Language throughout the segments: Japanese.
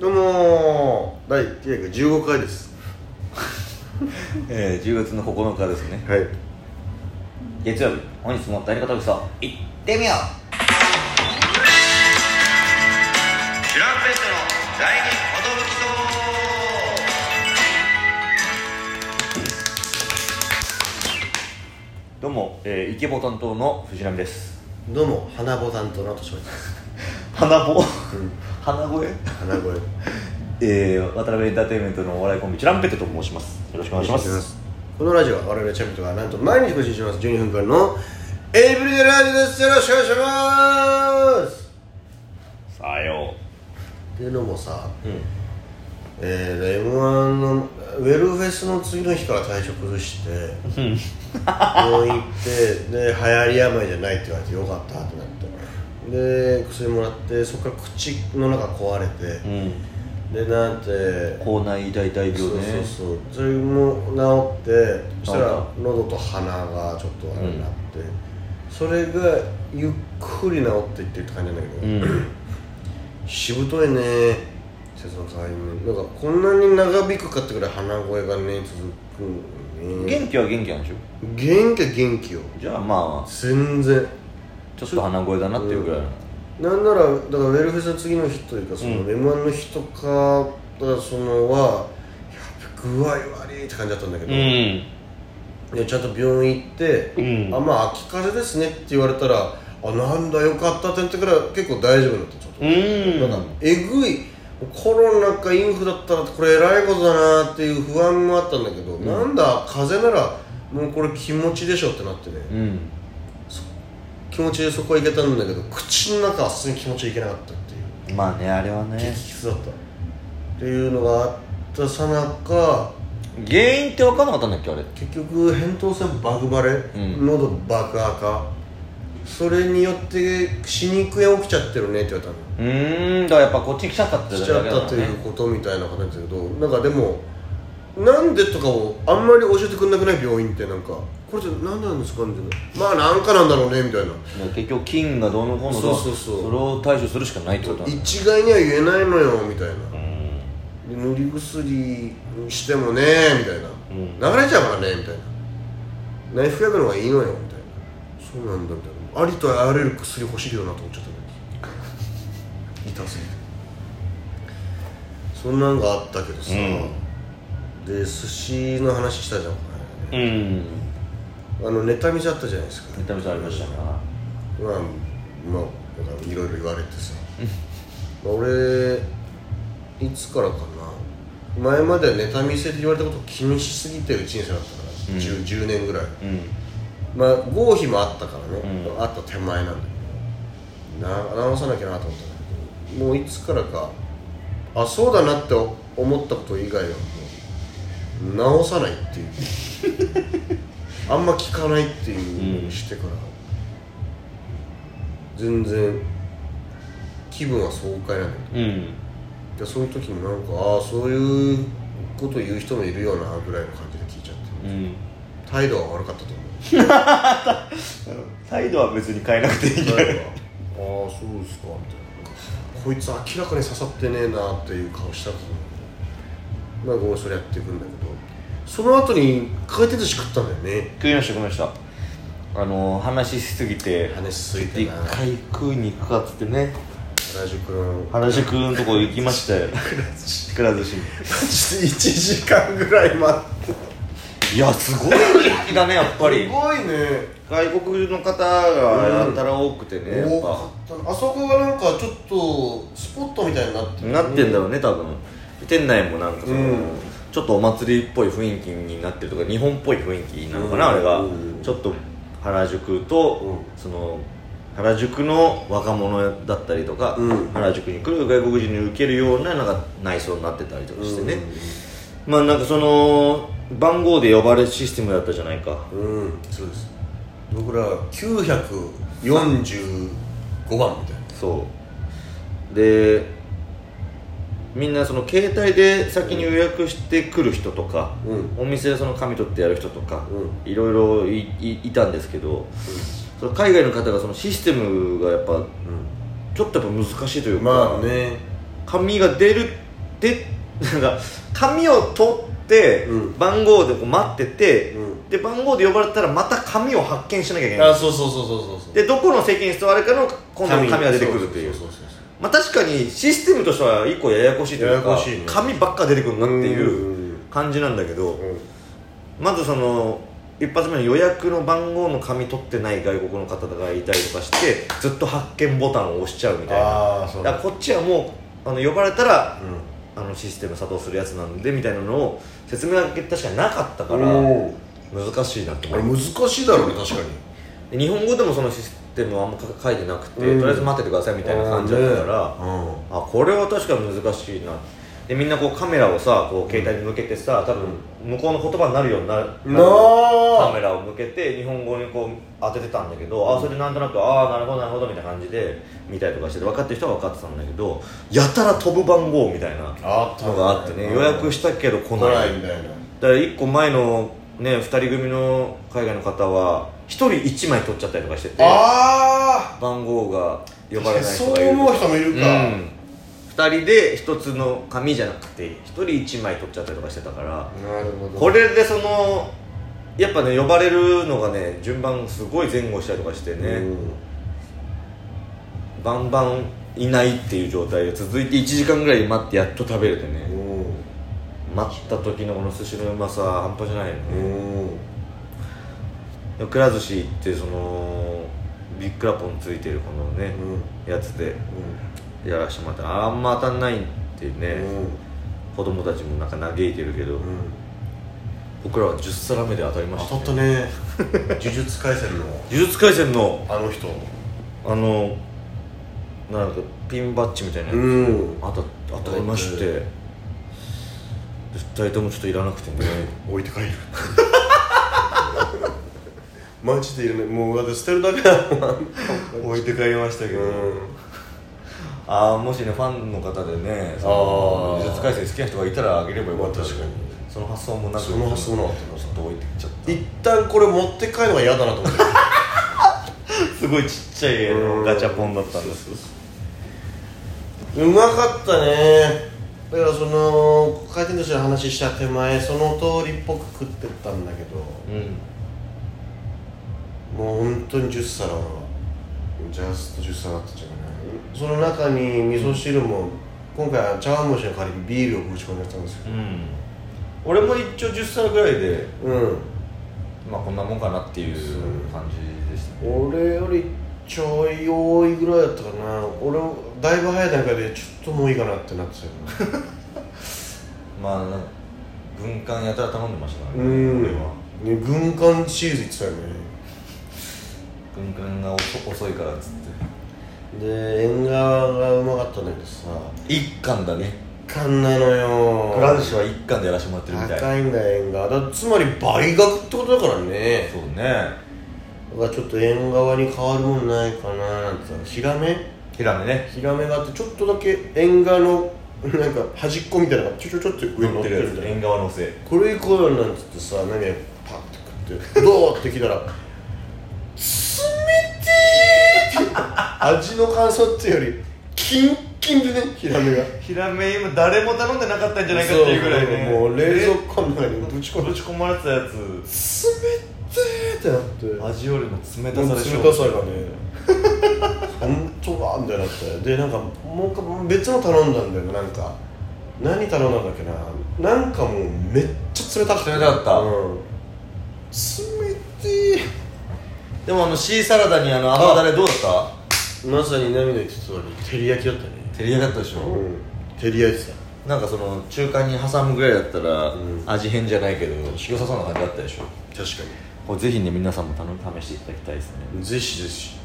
どうもー第915回ですえー、10月の9日ですねはい月曜日本日も第二方草行ってみようシュランペットの第二どうも、えー、イケボ担当の藤波ですどうも花ボ担当の年越です花棒花声花声よえー、渡辺エンターテインメントのお笑いコンビチュランペットと申しますよろしくお願いしますこのラジオは我々チャンピオンがなんと毎日更新します12分間のエイブリデラジオですよろしくお願いしますさよっていうのもさう、うん、えー、m 1のウェルフェスの次の日から体調崩して病院行ってで流行り病じゃないって言われてよかったってなってで薬もらってそこから口の中壊れて、でなんて口内大大病ねそうそうそうそれも治ってそした治らっ喉と鼻がちょっとあれになって、それがゆっくり治っていってるって感じなんだけど、うん しぶといね瀬戸さんなんかこんなに長引くかってぐらい鼻声がね続くのね元気は元気なんでしょ元気は元気よじゃあまあ全然ちょっと鼻声だなっていうぐらいのなんならだからウェルフェスの次の日というかそのう m 1の日とかそのはやっぱ具合悪いって感じだったんだけど、んでちゃんと病院行って「うんあまあ秋風邪ですね」って言われたら「あなんだよかった」って言ってから結構大丈夫だったちょっと、うんなんかえぐいコロナかインフルだったらこれえらいことだなっていう不安もあったんだけど、なんだ風邪ならもうこれ気持ちでしょってなってね、うん気持ちでそこはいけたんだけど口の中は普通に気持ちいけなかったっていうまあねあれは激ね痛だったっていうのがあったさなか原因って分かんなかったんだっけあれ結局扁桃腺バグバレ、ん喉爆破かそれによって歯肉炎起きちゃってるねって言われたのうーんだからやっぱこっちに来ちゃったってしだちけゃだっからたねということみたいな形だけどなんかでもなんでとかをあんまり教えてくれなくない病院ってなんかこれって何なんですかみたいなまあなんかなんだろうねみたいなだから結局菌がどうのこうのとかそうそうそうれを対処するしかないってことなんだ一概には言えないのよみたいなうんで塗り薬してもねみたいな、ん流れちゃうからねみたいな内服薬の方がいいのよみたいなそうなんだみたいなありとあらゆる薬欲しいよなと思っちゃったね痛すぎてそんなんがあったけどさ、で寿司の話したじゃんこの間ねうんあのネタ見せあったじゃないですかめちゃめちゃありましたなまあまあなんかいろいろ言われてさまあ俺いつからかな前まではネタ見せって言われたことを気にしすぎてる人生だったから、10, 10年ぐらいうんまあ合否もあったからね、うあった手前なんだけどな直さなきゃなと思ったんだけどもういつからかあそうだなって思ったこと以外はもう直さないっていう あんま聞かないっていうのをしてから、全然気分は爽快なんだけどうんでそういう時もなんかああそういうこと言う人もいるよなぐらいの感じで聞いちゃってうん態度は悪かったと思う 態度は別に変えなくていいんじゃなないいわああそうですかみたいなこいつ明らかに刺さってねえなっていう顔したと思うまあごめんそれやっていくんだけどその後に回転寿司食ったんだよね食いました食いましたあのー話しすぎて話しすぎて一な回食いに行くかっつってね原宿の原宿のとこ行きましたよ くら寿司1時間ぐらい待っていやすごい人気だねやっぱすりごいね外国の方がやたら多くてねやっ多かぱったなあそこがなんかちょっとスポットみたいになってるなってんだろうね多分店内もなんかその、うんちょっとお祭りっぽい雰囲気になってるとか日本っぽい雰囲気なのかな、うんあれが、うんちょっと原宿と、うその原宿の若者だったりとか、うん原宿に来る外国人に受けるようななんか内装になってたりとかしてね、まあなんかその番号で呼ばれるシステムだったじゃないかうんそうです僕ら945番みたいなそうでみんなその携帯で先に予約してくる人とか、うお店でその紙取ってやる人とか、ういろいろいいいたんですけど、その海外の方がそのシステムがやっぱちょっとやっぱ難しいというか、まあね紙が出るで なんか紙を取って、うん番号でこう待ってて、うんで番号で呼ばれたらまた紙を発見しなきゃいけないあそうそうそうそうそうそうでどこの席に座るかの今度の紙が出てくるっていうそうそうそうそうまあ、確かにシステムとしては一個ややこしいというかややこしいね紙ばっか出てくるなっていううん感じなんだけど、うんまずその一発目の予約の番号の紙取ってない外国の方がいたりとかしてずっと発見ボタンを押しちゃうみたいなああそうだからこっちはもうあの呼ばれたらうんあのシステム作動するやつなんでみたいなのを説明が確かになかったからうん難しいなとあ思れう難しいだろうね確かにで日本語でもそのシステムはあんま書いてなくて、うんとりあえず待っててくださいみたいな感じだったから、うんあこれは確かに難しいなでみんなこうカメラをさこう携帯に向けてさ多分向こうの言葉になるようになるなカあメラを向けて日本語にこう当ててたんだけど、あそれでなんとなくああなるほどなるほどみたいな感じで見たりとかしてて分かってる人は分かってたんだけどやたら飛ぶ番号みたいなあったねのがあってね予約したけど来来ないないみたいなだから1個前のね2人組の海外の方は1人1枚取っちゃったりとかしててあ番号が呼あばれない人そがいうる思う人もいるかうん、2人で1つの紙じゃなくて1人1枚取っちゃったりとかしてたからなるほどこれでそのやっぱね呼ばれるのがね順番すごい前後したりとかしてね、うんバンバンいないっていう状態が続いて1時間ぐらい待ってやっと食べれてね待った時のこの寿司のうまさ半端じゃないよねうんうんでもくら寿司ってそのビッグラポンついてるこのね、やつでやらしてもらったあんま当たんないっていうね、子供たちもなんか嘆いてるけど、うんうん僕らは10皿目で当たりました、当たったね呪術廻戦の呪術廻戦のあの人あのなんかピンバッジみたいなやつ、ん当た当たりましてで二人ともちょっといらなくてね置いて帰る マジでいらないもうだって捨てるだけだもん置いて帰りましたけど、ああもしねファンの方でねそのあー呪術廻戦好きな人がいたらあげればよかったまあ確かにその発想もなくその発想なかったなちょっと置いてっちゃっ一旦これ持って帰るのが嫌だなと思ってたすごいちっちゃいあのうんガチャポンだったんですうまかったねだからその回転寿司の話した手前その通りっぽく食ってったんだけどうんもう本当に10皿はジャスト10皿だったんじゃないその中に味噌汁も今回は茶碗蒸しの代わりにビールをぶち込んでやったんですようん俺も一応10皿ぐらいでうんまあこんなもんかなっていう感じでしたね俺よりちょい多いぐらいだったかな俺だいぶ早い段階でちょっともういいかなってなってたよまあなんか軍艦やたら頼んでましたからねうん俺はね軍艦シリーズいってたよね軍艦が遅遅いからっつっで縁側がうまかったんだけどさて一貫だね缶なのよくら寿司は一貫でやらせてもらってるみたい高いんだよ縁側だからつまり倍額ってことだからねそうねだからちょっと縁側に変わるもんないかななんてさヒラメヒラメねヒラメがあってちょっとだけ縁側の なんか端っこみたいなのがちょちょちょって上に乗乗っっててるるみやたいつな縁側のせいこれ行こうよなんつってさ何やパッて食ってドーって来たら「冷てー!」って味の感想っていうよりキンキンでねヒラメがヒラメ今誰も頼んでなかったんじゃないかっていうぐらいねそうもう冷蔵庫の中にぶち込んで「冷ぶち込まれてたやつてー!」ってなって味よりも冷た冷さたでさしょがね 本当だみたいになってでなんかもう一回別の頼んだんだよなんか何頼んだんだっけななんかもうめっちゃ冷たくて冷たかったうん、冷てーでもあのシーサラダにあの甘だれどうだったまさに涙言ってた通り照り焼きだったね照り焼きだったでしょ、うん照り焼きさなんかその中間に挟むぐらいだったら、うん味変じゃないけど良さそうな感じだったでしょ確かこれぜひね皆さんも頼み試していただきたいですねにぜひぜひ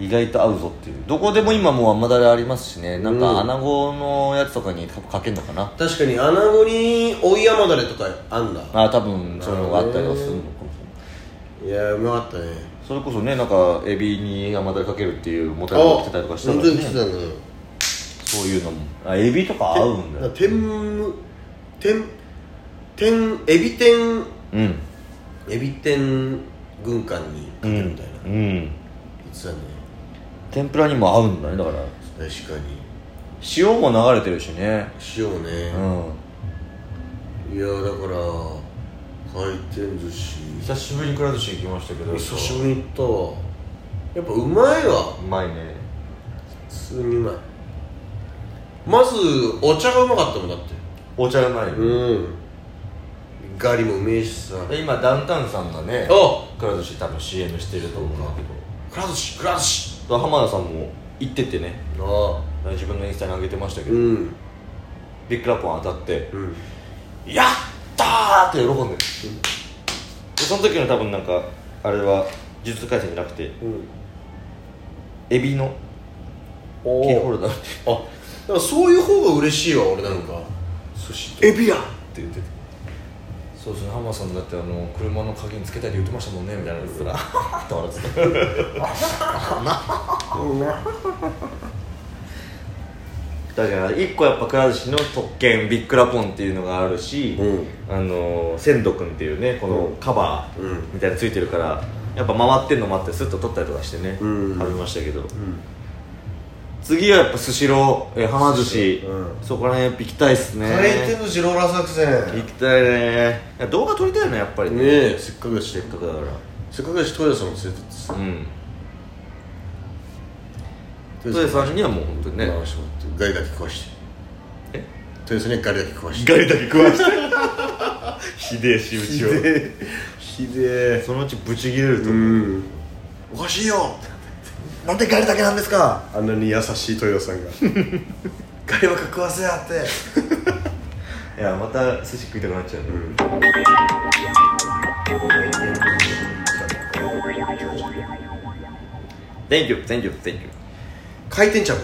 意外と合うぞっていうどこでも今もう甘だれありますしねなんうんか穴子のやつとかにかかけんのかな、確かに穴子に追い甘だれとかあんだああ多分そういうのがあったりはするのかもしれないいやうまかったねそれこそねなんかエビに甘だれかけるっていうもたれが来てたりとかしたか本ら当に来てたねんだねそういうのもあエビとか合うんだよ天む天天エビ天うんエビ天軍艦にかうけるみんたいな、うん言ってたね天ぷらにも合うんだねだから確かに塩も流れてるしねしようね、うんいやだから回転寿司久しぶりにくら寿司行きましたけど久しぶりに行ったわやっぱうまいわうまいね普通にうまいまずお茶がうまかったもんだってお茶うまい、うんガリもうめえしさで今ダウンタウンさんがねおくら寿司多分 CM してると思うんだけくら寿司くら寿司ど浜田さんも行っててねあ自分のインスタに上げてましたけうど、んビッグラポン当たってうん「やったー!」って喜んでる、でその時の多分なんかあれは呪術廻戦じゃなくてうんエビのキーホおルダーっあだからそういう方が嬉しいわ俺なんか寿司エビやて言っててそうですね浜田さんだってあの車の鍵につけたいって言ってましたもんねみたいなこと言ったら「って笑ってたうんだから一個やっぱくら寿司の特権ビックラポンっていうのがあるし、うんあの鮮度くんっていうねこのカバうんーみたいなのついてるから、やっぱ回ってんのもあってスッと取ったりとかしてね、うん食べましたけど、次はやっぱスシローえはま寿司、うそこら辺やっぱ行きたいっすね回転寿司ローラー作行戦きたいねいや動画撮りたいよねやっぱりねえせっかくだしせっかくだからせっかくだし豊田さんも連れてってさうん豊トヨさんにはもう本当にね、回してもらってガリだけ食わしてえ豊田さんにはガリだけ食わしてガリだけ食わして ひでえ仕打ちをえひでえそのうちブチ切れるとう思う、んおかしいよなんでガリだけなんですかあんなに優しい豊田さんがガリばっか食わせやっていやまた寿司食いたくなっちゃうね、Thank you, thank you, thank you 回転ちゃぶ